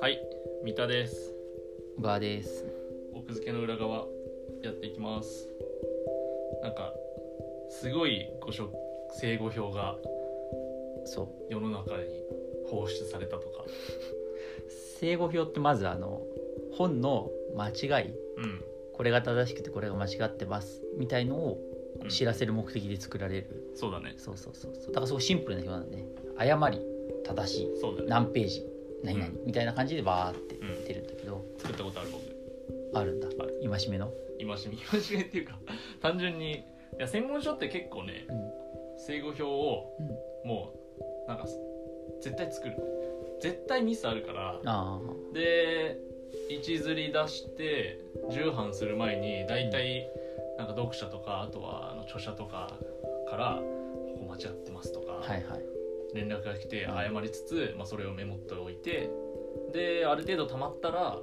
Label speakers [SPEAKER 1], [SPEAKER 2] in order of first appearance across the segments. [SPEAKER 1] はい三田です
[SPEAKER 2] 小川です
[SPEAKER 1] 奥付けの裏側やっていきますなんかすごいごしょ生後表が
[SPEAKER 2] そ
[SPEAKER 1] 世の中に放出されたとか
[SPEAKER 2] う正誤表ってまずあの本の間違い
[SPEAKER 1] うん
[SPEAKER 2] これが正しくてこれが間違ってますみたいのを
[SPEAKER 1] うん
[SPEAKER 2] 知らせる目的で作られる、
[SPEAKER 1] そうだね
[SPEAKER 2] そうそうそうそうだからすごいシンプルな表なんだね誤り正しい
[SPEAKER 1] そうだね
[SPEAKER 2] 何ページ何々、みたいな感じでバーって
[SPEAKER 1] うん
[SPEAKER 2] 出るんだけど、
[SPEAKER 1] 作ったことある僕
[SPEAKER 2] あるんだ
[SPEAKER 1] ある
[SPEAKER 2] 戒めの、
[SPEAKER 1] 今しみ今しめっていうか 単純にいや専門書って結構ね
[SPEAKER 2] うん
[SPEAKER 1] 生後表を
[SPEAKER 2] うん
[SPEAKER 1] もうなんか絶対作る絶対ミスあるから
[SPEAKER 2] あ
[SPEAKER 1] で一ずり出して重版する前に大体なんか読者とかあとはあの著者とかから「ここ間違ってます」とか、
[SPEAKER 2] あはいはい
[SPEAKER 1] 連絡が来て
[SPEAKER 2] うん
[SPEAKER 1] 謝りつつ、まあ、それをメモっておいてである程度溜まったら、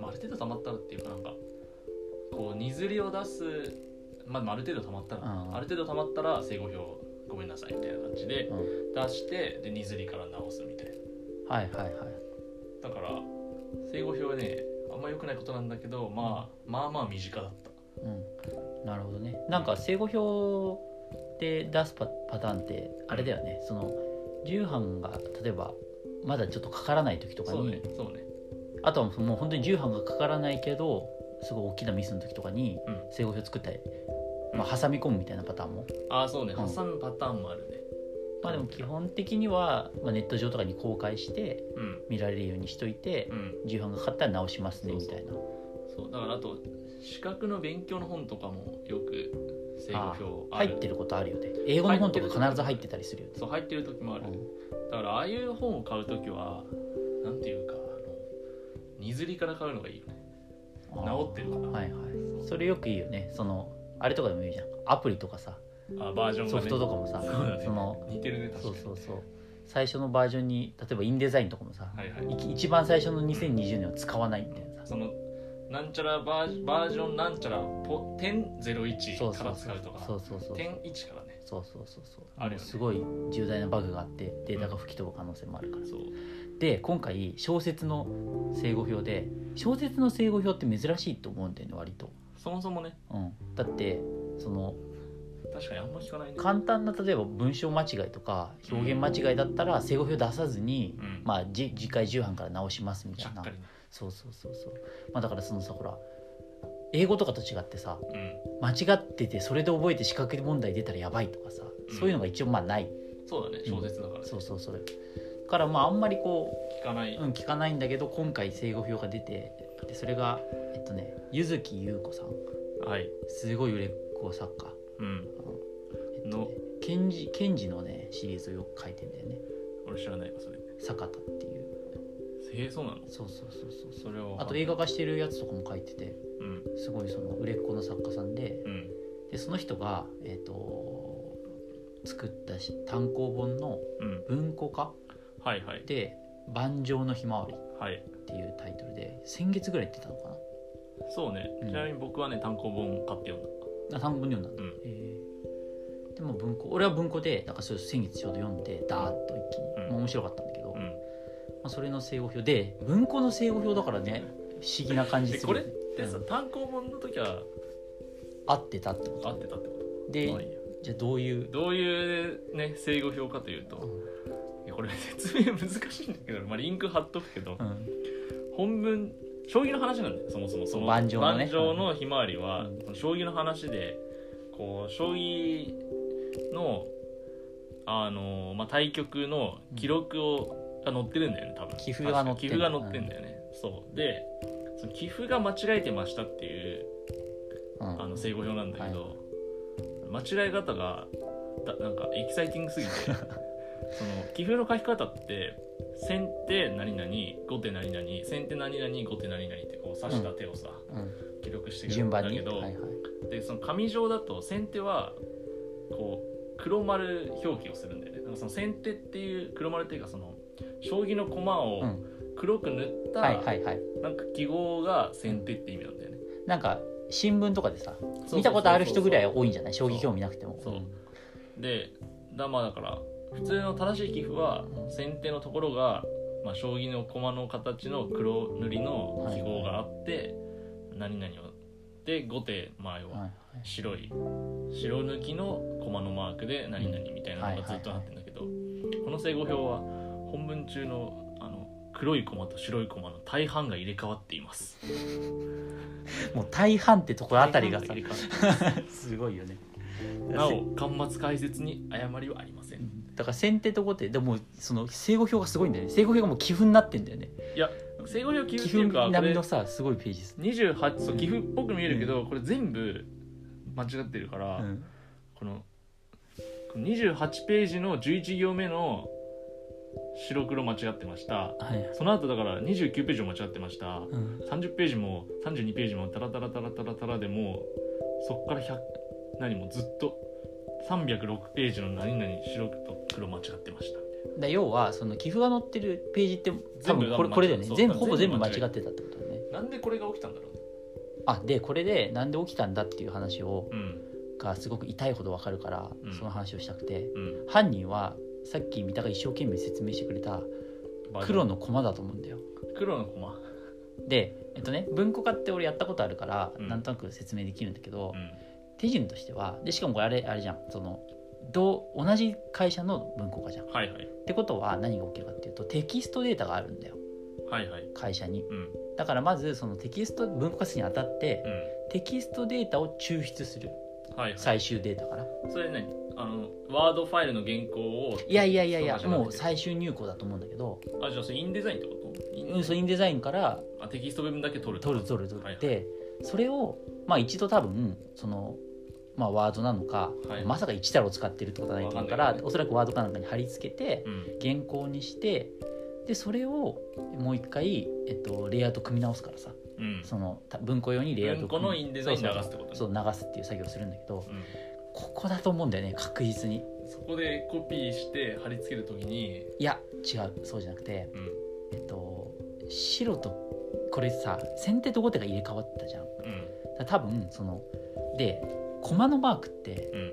[SPEAKER 1] まあ、ある程度溜まったらっていうかなんかこう荷刷りを出す、まあ、でもある程度溜まったら、
[SPEAKER 2] うん
[SPEAKER 1] ある程度溜まったら正誤表ごめんなさいみたいな感じで
[SPEAKER 2] うん
[SPEAKER 1] 出してで荷刷りから直すみたいな。
[SPEAKER 2] はいはいはい
[SPEAKER 1] だから正誤表はねあんま良くないことなんだけど、まあ、まあまあ身近だった
[SPEAKER 2] うんなるほどねなんか正誤表で出すパパターンってあれだよねその重版が例えばまだちょっとかからない時とか
[SPEAKER 1] そう
[SPEAKER 2] に、
[SPEAKER 1] ねそうね
[SPEAKER 2] あとはもう本当に重版がかからないけどすごい大きなミスの時とかに
[SPEAKER 1] うん
[SPEAKER 2] 正誤表作って、ま
[SPEAKER 1] う
[SPEAKER 2] あ、挟み込むみたいなパターンも、
[SPEAKER 1] ああそうね
[SPEAKER 2] うん
[SPEAKER 1] 挟むパターンもあるね
[SPEAKER 2] まあでも基本的には、まあ、ネット上とかに公開して
[SPEAKER 1] うん
[SPEAKER 2] 見られるようにしといて
[SPEAKER 1] う、ん
[SPEAKER 2] 重版がかかったら直しますね
[SPEAKER 1] そう
[SPEAKER 2] み
[SPEAKER 1] そう
[SPEAKER 2] たいな
[SPEAKER 1] そうだからあと資格の勉強の本とかもよく正誤表あ
[SPEAKER 2] 入
[SPEAKER 1] る
[SPEAKER 2] ってることあるよね英語の本とか必ず入ってたりするよね
[SPEAKER 1] そう入ってる時もある、だからああいう本を買う時はなんていうかあの荷刷りから買うのがいいよね
[SPEAKER 2] うん
[SPEAKER 1] 直ってるから
[SPEAKER 2] はいはいそれよくいいよねそのあれとかでもいいじゃんアプリとかさ
[SPEAKER 1] あバージョンが、ね、
[SPEAKER 2] ソフトとかもさ
[SPEAKER 1] そうだね
[SPEAKER 2] その
[SPEAKER 1] 似てるね確か
[SPEAKER 2] そう
[SPEAKER 1] に
[SPEAKER 2] そうそう最初のバージョンに例えばインデザインとかもさ、
[SPEAKER 1] はいはい
[SPEAKER 2] いき一番最初の2020年を使わないみたいなさ
[SPEAKER 1] そのなんちゃらバージバージョンなんちゃらポ点ゼロ一
[SPEAKER 2] そう
[SPEAKER 1] か
[SPEAKER 2] そ
[SPEAKER 1] ら
[SPEAKER 2] う
[SPEAKER 1] 使うとか
[SPEAKER 2] そうそうそうそう
[SPEAKER 1] 点一からね
[SPEAKER 2] そうそうそうそう
[SPEAKER 1] あるよね
[SPEAKER 2] すごい重大なバグがあってデータが吹き飛ぶ可能性もあるから、
[SPEAKER 1] そう
[SPEAKER 2] で今回小説の正誤表で小説の正誤表って珍しいと思うんだよね割と、
[SPEAKER 1] そもそもね
[SPEAKER 2] うん、だってその
[SPEAKER 1] 確かにあんま聞かないね
[SPEAKER 2] 簡単な例えば文章間違いとか表現間違いだったら正誤表出さずに、
[SPEAKER 1] うん
[SPEAKER 2] まあ、じ次回重版から直しますみ
[SPEAKER 1] ちゃ
[SPEAKER 2] たい
[SPEAKER 1] っ
[SPEAKER 2] な
[SPEAKER 1] かりね
[SPEAKER 2] そうそうそうそう、まあ、だからそのさほら英語とかと違ってさ
[SPEAKER 1] う
[SPEAKER 2] 間違っててそれで覚えて資格問題出たらやばいとかさそういうのが一応まあない、
[SPEAKER 1] んそうだね小説だからね
[SPEAKER 2] そうそうそうからまああんまりこ
[SPEAKER 1] 聞かな
[SPEAKER 2] う、
[SPEAKER 1] い
[SPEAKER 2] うん、聞かないんだけど今回正誤表が出てでそれがえっとね柚木優子さん
[SPEAKER 1] はい
[SPEAKER 2] すごい売れっ子作家
[SPEAKER 1] うん
[SPEAKER 2] えっと
[SPEAKER 1] の
[SPEAKER 2] ね賢治賢治のねシリーズをよく書いてんだよね
[SPEAKER 1] 俺知らないわそれ
[SPEAKER 2] 坂田っていう
[SPEAKER 1] へえそうなの
[SPEAKER 2] そうそうそうそうそ
[SPEAKER 1] そ
[SPEAKER 2] う
[SPEAKER 1] れを
[SPEAKER 2] あと映画化してるやつとかも書いてて
[SPEAKER 1] うん
[SPEAKER 2] すごいその売れっ子の作家さんで
[SPEAKER 1] うん
[SPEAKER 2] でその人が、えー、と作ったし単行本の
[SPEAKER 1] うん
[SPEAKER 2] 文庫化
[SPEAKER 1] はいはい
[SPEAKER 2] で「盤上のひまわり」っ
[SPEAKER 1] はい
[SPEAKER 2] ていうタイトルで先月ぐらい出たのか
[SPEAKER 1] そうね
[SPEAKER 2] うん
[SPEAKER 1] ちなみに僕はね単行本買って読んだ
[SPEAKER 2] なあ単行本で読んだ
[SPEAKER 1] うん
[SPEAKER 2] だ、
[SPEAKER 1] ん
[SPEAKER 2] えーでも文庫俺は文庫でだからそれ先月ちょうど読んでダーッと一気に、
[SPEAKER 1] うん
[SPEAKER 2] まあ面白かったんだけど、
[SPEAKER 1] う
[SPEAKER 2] ま
[SPEAKER 1] ん
[SPEAKER 2] あ、それの正誤表で文庫の正誤表だからね不思議な感じ
[SPEAKER 1] ですこ
[SPEAKER 2] る
[SPEAKER 1] れ
[SPEAKER 2] よ
[SPEAKER 1] っ
[SPEAKER 2] ね
[SPEAKER 1] てさ
[SPEAKER 2] うん
[SPEAKER 1] 単行本の時は
[SPEAKER 2] 合ってたってこと
[SPEAKER 1] 合ってたってこ
[SPEAKER 2] で
[SPEAKER 1] とまあいいや
[SPEAKER 2] じゃあどういう
[SPEAKER 1] どういうね正誤表かというといやこれ説明難しいんだけど、まあ、リンク貼っとくけど、
[SPEAKER 2] うん
[SPEAKER 1] 本文将棋の話なんだよそもそもその
[SPEAKER 2] 盤上のね
[SPEAKER 1] 盤上のひまわりは、
[SPEAKER 2] うん
[SPEAKER 1] この将棋の話でこう将棋のあの、まあ、対局の記録を、が載ってるんだよね多分
[SPEAKER 2] 棋譜が載って
[SPEAKER 1] 確
[SPEAKER 2] ん
[SPEAKER 1] か棋
[SPEAKER 2] だ
[SPEAKER 1] 譜が載ってんだよね、そうでその棋譜が間違えてましたっていう
[SPEAKER 2] うん
[SPEAKER 1] あの正誤表なんだけど、間違え方がだなんかエキサイティング すぎてその棋譜の書き方って先手何々後手何々先手何々後手何々ってこう指した手をさ、
[SPEAKER 2] うん
[SPEAKER 1] 記録していく
[SPEAKER 2] 順
[SPEAKER 1] んだ
[SPEAKER 2] 番に
[SPEAKER 1] けど、
[SPEAKER 2] はいはい
[SPEAKER 1] でその紙上だと先手はこう黒丸表記をするんだよねなんかその先手っていう黒丸っていうかその将棋の駒を
[SPEAKER 2] うん
[SPEAKER 1] 黒く塗った、
[SPEAKER 2] はいはいはい
[SPEAKER 1] なんか記号が先手って意味なんだよね
[SPEAKER 2] なんか新聞とかでさ
[SPEAKER 1] そうそうそうそう
[SPEAKER 2] 見たことある人ぐらい多いんじゃない将棋興味なくても
[SPEAKER 1] そうでだまあだから普通の正しい寄付は
[SPEAKER 2] うん
[SPEAKER 1] 先手のところが、まあ、将棋の駒の形の黒塗りの記号があって、何々をで後手まあ要
[SPEAKER 2] はいは
[SPEAKER 1] はい白い白抜きの駒のマークで何々みたいなのがずっとなってるんだけど、この整合表は本文中のあの黒い駒と白い駒の大半が入れ替わっています。
[SPEAKER 2] もう大半ってところあたりがさ
[SPEAKER 1] 大半入れ替わっています
[SPEAKER 2] すごいよね
[SPEAKER 1] なお巻末解説に誤りはありません。
[SPEAKER 2] だから先手と後手でもその正誤表がすごいんだよね正誤表がもう寄付になってんだよね
[SPEAKER 1] いや整合表寄付ってい
[SPEAKER 2] 寄付
[SPEAKER 1] うかこ
[SPEAKER 2] 並み
[SPEAKER 1] れ
[SPEAKER 2] のさすごいページです、
[SPEAKER 1] 28そう寄付っぽく見えるけど、これ全部間違ってるか
[SPEAKER 2] う
[SPEAKER 1] ら、
[SPEAKER 2] ん、
[SPEAKER 1] このこの28ページの11行目の白黒間違ってました
[SPEAKER 2] はい、
[SPEAKER 1] その後だから29ページも間違ってました
[SPEAKER 2] うん、
[SPEAKER 1] 30ページも32ページもタラタラタラタラタラでもうそっから100何もずっと306ページの何々白と黒間違ってましたみたいな
[SPEAKER 2] だ要はその寄付が載ってるページって多
[SPEAKER 1] 全部
[SPEAKER 2] 分これ
[SPEAKER 1] 間違
[SPEAKER 2] これだよね
[SPEAKER 1] そう
[SPEAKER 2] 全部ほぼ全
[SPEAKER 1] 全部
[SPEAKER 2] 部間
[SPEAKER 1] 間
[SPEAKER 2] 違
[SPEAKER 1] 違
[SPEAKER 2] って
[SPEAKER 1] え
[SPEAKER 2] たってことだよね
[SPEAKER 1] なんでこれが起きたんだろうね
[SPEAKER 2] あでこれでなんで起きたんだっていう話を
[SPEAKER 1] うん
[SPEAKER 2] がすごく痛いほどわかるから、
[SPEAKER 1] うん
[SPEAKER 2] その話をしたくて
[SPEAKER 1] うん
[SPEAKER 2] 犯人はさっき三田が一生懸命説明してくれた
[SPEAKER 1] バージョ
[SPEAKER 2] 黒
[SPEAKER 1] ン
[SPEAKER 2] の駒だと思うんだよ
[SPEAKER 1] 黒の駒
[SPEAKER 2] でえっとね文庫化って俺やったことあるから、
[SPEAKER 1] うん
[SPEAKER 2] なんとなく説明できるんだけど、
[SPEAKER 1] うん
[SPEAKER 2] 手順としてはでしかもこれあれあれじゃんそのどう同じ会社の文庫化じゃんっ
[SPEAKER 1] はいはい
[SPEAKER 2] てことは何が起きるかっていうとテキストデータがあるんだよ
[SPEAKER 1] はいはい
[SPEAKER 2] 会社に
[SPEAKER 1] うん
[SPEAKER 2] だからまずそのテキスト文庫化するにあたって、
[SPEAKER 1] うん
[SPEAKER 2] テキストデータを抽出する
[SPEAKER 1] はいはい
[SPEAKER 2] 最終データから
[SPEAKER 1] それねあのワードファイルの原稿を
[SPEAKER 2] いやいやいやいや
[SPEAKER 1] そうかじゃなくて
[SPEAKER 2] もう最終入稿だと思うんだけど、
[SPEAKER 1] あじゃあそれインデザインってことイン
[SPEAKER 2] うん、そうインデザインから
[SPEAKER 1] あテキスト部分だけ取る
[SPEAKER 2] 取る取る取
[SPEAKER 1] はい
[SPEAKER 2] って、それをまあ一度多分そのまあワードなのか、
[SPEAKER 1] はい
[SPEAKER 2] まさか1だろ使ってるってことはないと思うから
[SPEAKER 1] わかんないけどね
[SPEAKER 2] おそらくワードかなんかに貼り付けて
[SPEAKER 1] うん
[SPEAKER 2] 原稿にしてでそれをもう一回、えっと、レイアウト組み直すからさ
[SPEAKER 1] うん
[SPEAKER 2] そのた文庫用にレイアウトを組み
[SPEAKER 1] 文庫のインデザイン
[SPEAKER 2] そうそう
[SPEAKER 1] 流すってことね
[SPEAKER 2] そう流すっていう作業をするんだけど
[SPEAKER 1] うん
[SPEAKER 2] ここだと思うんだよね確実に
[SPEAKER 1] そこでコピーして貼り付けるときに
[SPEAKER 2] いや違うそうじゃなくて
[SPEAKER 1] うん
[SPEAKER 2] えっと白とこれさ先手と後手が入れ替わったじゃんだか
[SPEAKER 1] うん
[SPEAKER 2] ら多分そので駒のマークって
[SPEAKER 1] うん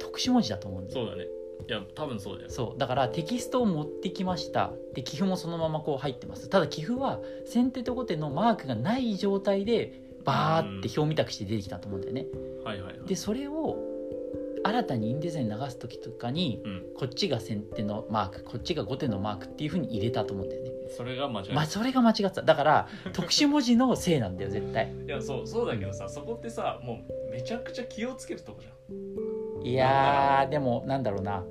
[SPEAKER 2] 特殊文字だと思うんだ
[SPEAKER 1] そ
[SPEAKER 2] よ
[SPEAKER 1] うだねいや多分そうだよ
[SPEAKER 2] そうだからテキストを持ってきましたで寄付もそのままこう入ってますただ寄付は先手と後手のマークがない状態でバーって表みたくして出てきたと思うんだよね
[SPEAKER 1] はいはいはい
[SPEAKER 2] でそれを新たにインデザイン流す時とかに
[SPEAKER 1] うん
[SPEAKER 2] こっちが先手のマークこっちが後手のマークっていうふうに入れたと思うんだよね
[SPEAKER 1] それが間違い
[SPEAKER 2] まあそれが間違ってただから特殊文字のせいなんだよ絶 対
[SPEAKER 1] いやそうそうだけどさそこってさもうめちゃくちゃ気をつけるとこじゃん
[SPEAKER 2] いやーでもなんだろうな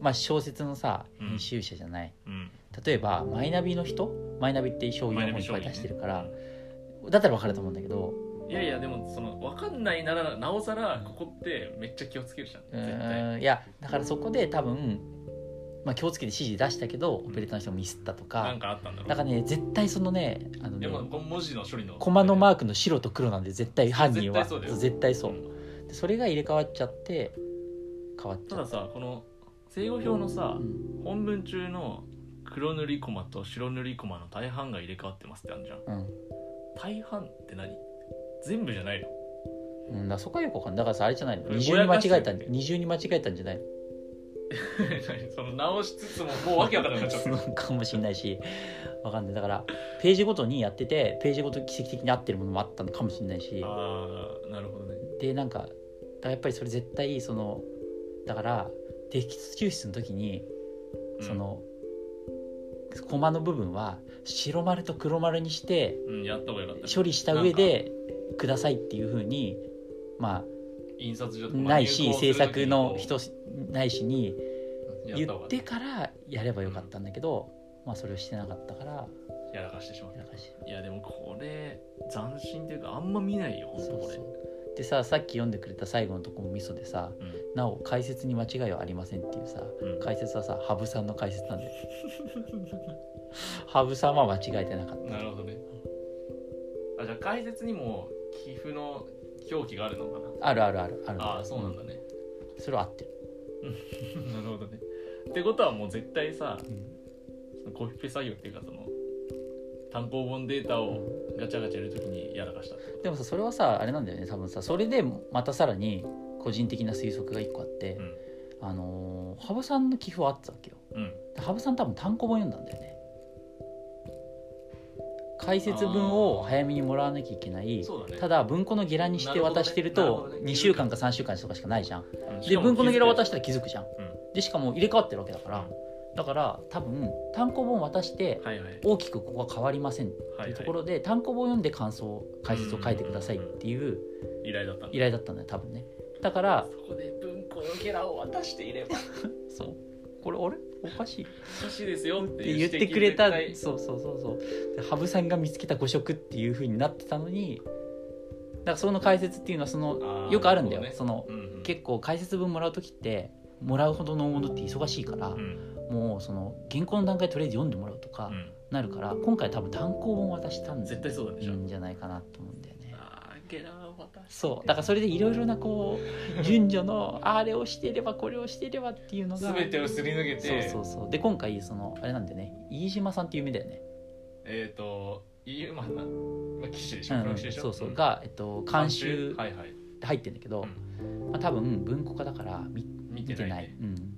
[SPEAKER 2] まあ小説のさ
[SPEAKER 1] うん
[SPEAKER 2] 編集者じゃない、
[SPEAKER 1] うん
[SPEAKER 2] 例えばマイナビの人マイナビって商品をいっぱい出してるから、だったら分かると思うんだけど
[SPEAKER 1] いやいやでもその分かんないならなおさらここってめっちゃ気をつけるじゃん
[SPEAKER 2] う
[SPEAKER 1] 絶対
[SPEAKER 2] ーんいやだからそこで多分、まあ、気をつけて指示出したけどオペレーターの人もミスったと
[SPEAKER 1] な
[SPEAKER 2] か
[SPEAKER 1] んかあったんだろう
[SPEAKER 2] だからね絶対そのねあの
[SPEAKER 1] で
[SPEAKER 2] ね
[SPEAKER 1] もこの文字の処理の
[SPEAKER 2] 駒のマー
[SPEAKER 1] ク
[SPEAKER 2] クの白と黒なんで絶対犯人は
[SPEAKER 1] 絶対そうだよ
[SPEAKER 2] そう絶対そうでそれが入れ替わっちゃって変わっち
[SPEAKER 1] た
[SPEAKER 2] ゃ
[SPEAKER 1] だ
[SPEAKER 2] っ
[SPEAKER 1] さこの正語表の
[SPEAKER 2] た、
[SPEAKER 1] さ
[SPEAKER 2] うん
[SPEAKER 1] 本文中の黒塗り駒と白塗り駒の大半が入れ替わってますってあるじゃん
[SPEAKER 2] うん
[SPEAKER 1] 大半って何全部じゃ ないの
[SPEAKER 2] うん、だからそこはよくわかんないだからさあれじゃないの
[SPEAKER 1] これ
[SPEAKER 2] 二重に間違えたん
[SPEAKER 1] ぼやかしてる
[SPEAKER 2] 二重に間違えたんじゃないの
[SPEAKER 1] 何その直しつつももうわけわかんなくなっちゃっ た
[SPEAKER 2] かもしれないしわかんないだからページごとにやっててページごとに奇跡的に合ってるものもあったのかもしれないし
[SPEAKER 1] ああなるほどね
[SPEAKER 2] でなんかだからやっぱりそれ絶対そのだからテキスト抽出の時に
[SPEAKER 1] うん
[SPEAKER 2] その、コマの部分は白丸と黒丸にして
[SPEAKER 1] うんやった方がよかった
[SPEAKER 2] 処理した上でくださいっていうふうにま
[SPEAKER 1] 印刷所
[SPEAKER 2] あ
[SPEAKER 1] とか
[SPEAKER 2] ないし
[SPEAKER 1] 入稿す
[SPEAKER 2] 制
[SPEAKER 1] る時に
[SPEAKER 2] 作の人ないしに
[SPEAKER 1] や
[SPEAKER 2] 言
[SPEAKER 1] た方が
[SPEAKER 2] ってからやればよかったんだけど、まあそれをしてなかったから
[SPEAKER 1] やらかしてしまっ
[SPEAKER 2] やらかした
[SPEAKER 1] いやでもこれ斬新というかあんま見ないよほんと
[SPEAKER 2] そう
[SPEAKER 1] これ
[SPEAKER 2] そうでささっき読んでくれた最後のとこもミソでさ
[SPEAKER 1] うん
[SPEAKER 2] 「なお解説に間違いはありません」っていうさ
[SPEAKER 1] うん
[SPEAKER 2] 解説はさ羽生さんの解説なんで 羽生さんは間違えてなかっ
[SPEAKER 1] なるほどねあじゃあ解説にも寄付の表記があるのか
[SPEAKER 2] たあるあるあるある
[SPEAKER 1] なああそうなんだ
[SPEAKER 2] う
[SPEAKER 1] ね
[SPEAKER 2] んそれは合ってる、
[SPEAKER 1] なるほどねってことはもう絶対さそのコピペ作業っていうかその単行本データをガチャガチャやるときにやらかしたってこと
[SPEAKER 2] でもさそれはさあれなんだよね多分さそれでまたさらに個人的な推測が一個あって、
[SPEAKER 1] うん
[SPEAKER 2] あのー羽生さんの寄付はあってたわけよ
[SPEAKER 1] うん
[SPEAKER 2] で羽生さん多分単行本読んだんだよね解説文を早めにもらわなきゃいけない
[SPEAKER 1] そうだね
[SPEAKER 2] ただ文庫のゲラにして渡してる
[SPEAKER 1] なるほどね
[SPEAKER 2] と
[SPEAKER 1] なるほどね
[SPEAKER 2] 2週間か3週間とかしかないじゃん
[SPEAKER 1] うんし
[SPEAKER 2] で
[SPEAKER 1] かも
[SPEAKER 2] 文庫のゲラ渡
[SPEAKER 1] し
[SPEAKER 2] したら気づくじゃん
[SPEAKER 1] ん
[SPEAKER 2] でしかも入れ替わってるわけだからだから多分単行本渡して
[SPEAKER 1] はいはい
[SPEAKER 2] 大きくここは変わりませんって
[SPEAKER 1] はいいう
[SPEAKER 2] ところで単行本読んで感想解説を書いてくださいっていう
[SPEAKER 1] 依頼だったんだ
[SPEAKER 2] 依頼だったんだよ多分ねだから
[SPEAKER 1] そこで文庫のゲラを渡していれば
[SPEAKER 2] そうこれあれおかしい
[SPEAKER 1] おかしいですよって
[SPEAKER 2] って
[SPEAKER 1] い
[SPEAKER 2] 言
[SPEAKER 1] う
[SPEAKER 2] ってくれた
[SPEAKER 1] 指摘絶
[SPEAKER 2] そうそうそうそうで羽生さんが見つけた誤色っていうふうになってたのにだからその解説っていうのはそ
[SPEAKER 1] あ
[SPEAKER 2] の
[SPEAKER 1] ー
[SPEAKER 2] よくあるんだよ、
[SPEAKER 1] なるほ
[SPEAKER 2] その
[SPEAKER 1] 対うんうん
[SPEAKER 2] 結構解説文もらう時ってもらうほどのものって忙しいから、
[SPEAKER 1] うん
[SPEAKER 2] もうその原稿の段階でとりあえず読んでもらうとか
[SPEAKER 1] うん
[SPEAKER 2] なるから、今回多分単行本渡したんで
[SPEAKER 1] 絶対そうだね
[SPEAKER 2] い
[SPEAKER 1] じ
[SPEAKER 2] い
[SPEAKER 1] ゃあ
[SPEAKER 2] んじゃないかなと思うんだよね。
[SPEAKER 1] あーゲラを渡して
[SPEAKER 2] そうだからそれでいろいろなこう順序の あれをしていればこれをしていればっていうのが
[SPEAKER 1] 全てをすり抜けて
[SPEAKER 2] そうそうそうで今回そのあれなんだよね飯島さんっていう夢だよね、
[SPEAKER 1] えっ、ー、と EU マンな、まあ、騎士でし
[SPEAKER 2] う
[SPEAKER 1] ょ、
[SPEAKER 2] ん
[SPEAKER 1] プロ棋士でしょ
[SPEAKER 2] そうそう
[SPEAKER 1] が
[SPEAKER 2] が、えっと、監修
[SPEAKER 1] はいはい
[SPEAKER 2] って入ってんだけど、まあ、多分文庫化だから見
[SPEAKER 1] 見
[SPEAKER 2] 見
[SPEAKER 1] て
[SPEAKER 2] て
[SPEAKER 1] な、
[SPEAKER 2] ないい
[SPEAKER 1] ね、
[SPEAKER 2] うん、
[SPEAKER 1] うん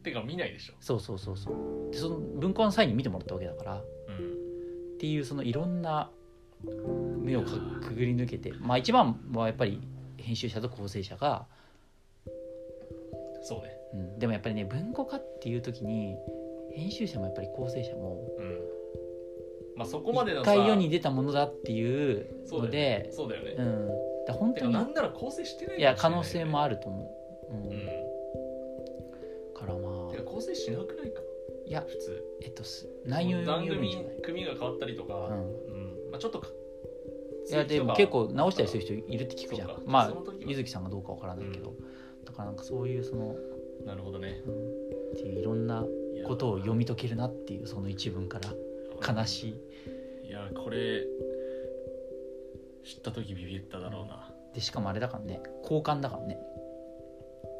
[SPEAKER 1] てか見ないでしょ、
[SPEAKER 2] そうそうそうそうでその文庫の際に見てもらったわけだからっ
[SPEAKER 1] うん、
[SPEAKER 2] ていうそのいろんな目をかくぐり抜けてまあ一番はやっぱり編集者と構成者が、
[SPEAKER 1] そうね
[SPEAKER 2] うん、でもやっぱりね文庫化っていう時に編集者もやっぱり構成者も
[SPEAKER 1] うんまあそこまでの
[SPEAKER 2] 一
[SPEAKER 1] さ
[SPEAKER 2] 回世に出たものだっていう
[SPEAKER 1] そう
[SPEAKER 2] の
[SPEAKER 1] だよね
[SPEAKER 2] で
[SPEAKER 1] そうだよね、
[SPEAKER 2] うんだから本
[SPEAKER 1] て
[SPEAKER 2] 当
[SPEAKER 1] か
[SPEAKER 2] に
[SPEAKER 1] なんなら構成してない
[SPEAKER 2] いや可能性も
[SPEAKER 1] あ
[SPEAKER 2] あると思う、うん
[SPEAKER 1] うん
[SPEAKER 2] からまあ
[SPEAKER 1] てか構成しなくないか
[SPEAKER 2] いや
[SPEAKER 1] 普通
[SPEAKER 2] えっとす内容読
[SPEAKER 1] 番
[SPEAKER 2] み読みじゃ
[SPEAKER 1] 組
[SPEAKER 2] ない
[SPEAKER 1] 組が変わったりとか、
[SPEAKER 2] う
[SPEAKER 1] うんまあ、ちょっとか
[SPEAKER 2] いやでも結構直したりする人いるって聞くじゃ
[SPEAKER 1] そうんか
[SPEAKER 2] まあ
[SPEAKER 1] その時は
[SPEAKER 2] 柚木さんがどうかわからないけど、だからなんかそういうその、
[SPEAKER 1] なるほどね
[SPEAKER 2] うんっていういろんない
[SPEAKER 1] や
[SPEAKER 2] ことを読み解けるなっていうその一文から悲しい
[SPEAKER 1] いやこれ知った時ビビっただろうな、
[SPEAKER 2] でしかもあれだからね交換だからね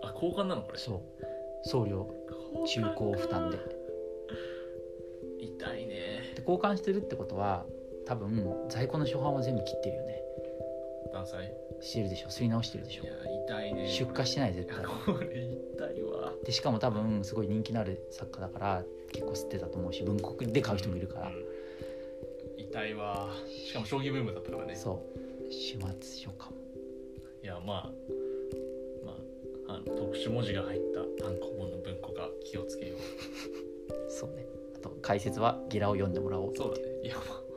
[SPEAKER 1] あ交換なのこれ
[SPEAKER 2] そう送料中
[SPEAKER 1] 交換か
[SPEAKER 2] 古負担で
[SPEAKER 1] 痛いね
[SPEAKER 2] で交換してるってことは多分在庫の初版は全部切ってるよね
[SPEAKER 1] 断裁い
[SPEAKER 2] してるでしょ吸い直してるでしょ
[SPEAKER 1] や痛いね
[SPEAKER 2] 出荷してない絶対
[SPEAKER 1] これこれ痛いわ
[SPEAKER 2] でしかも多分すごい人気のある作家だから結構吸ってたと思うし文庫で買う人もいるから、
[SPEAKER 1] うん痛いわしかも将棋ブームだったからね
[SPEAKER 2] そう始末書かも
[SPEAKER 1] いやまあまああの特殊文字が入った単行本の文庫が気をつけよう
[SPEAKER 2] そうねあと解説はゲラを読んでもらおうってい
[SPEAKER 1] そうだねいやまあ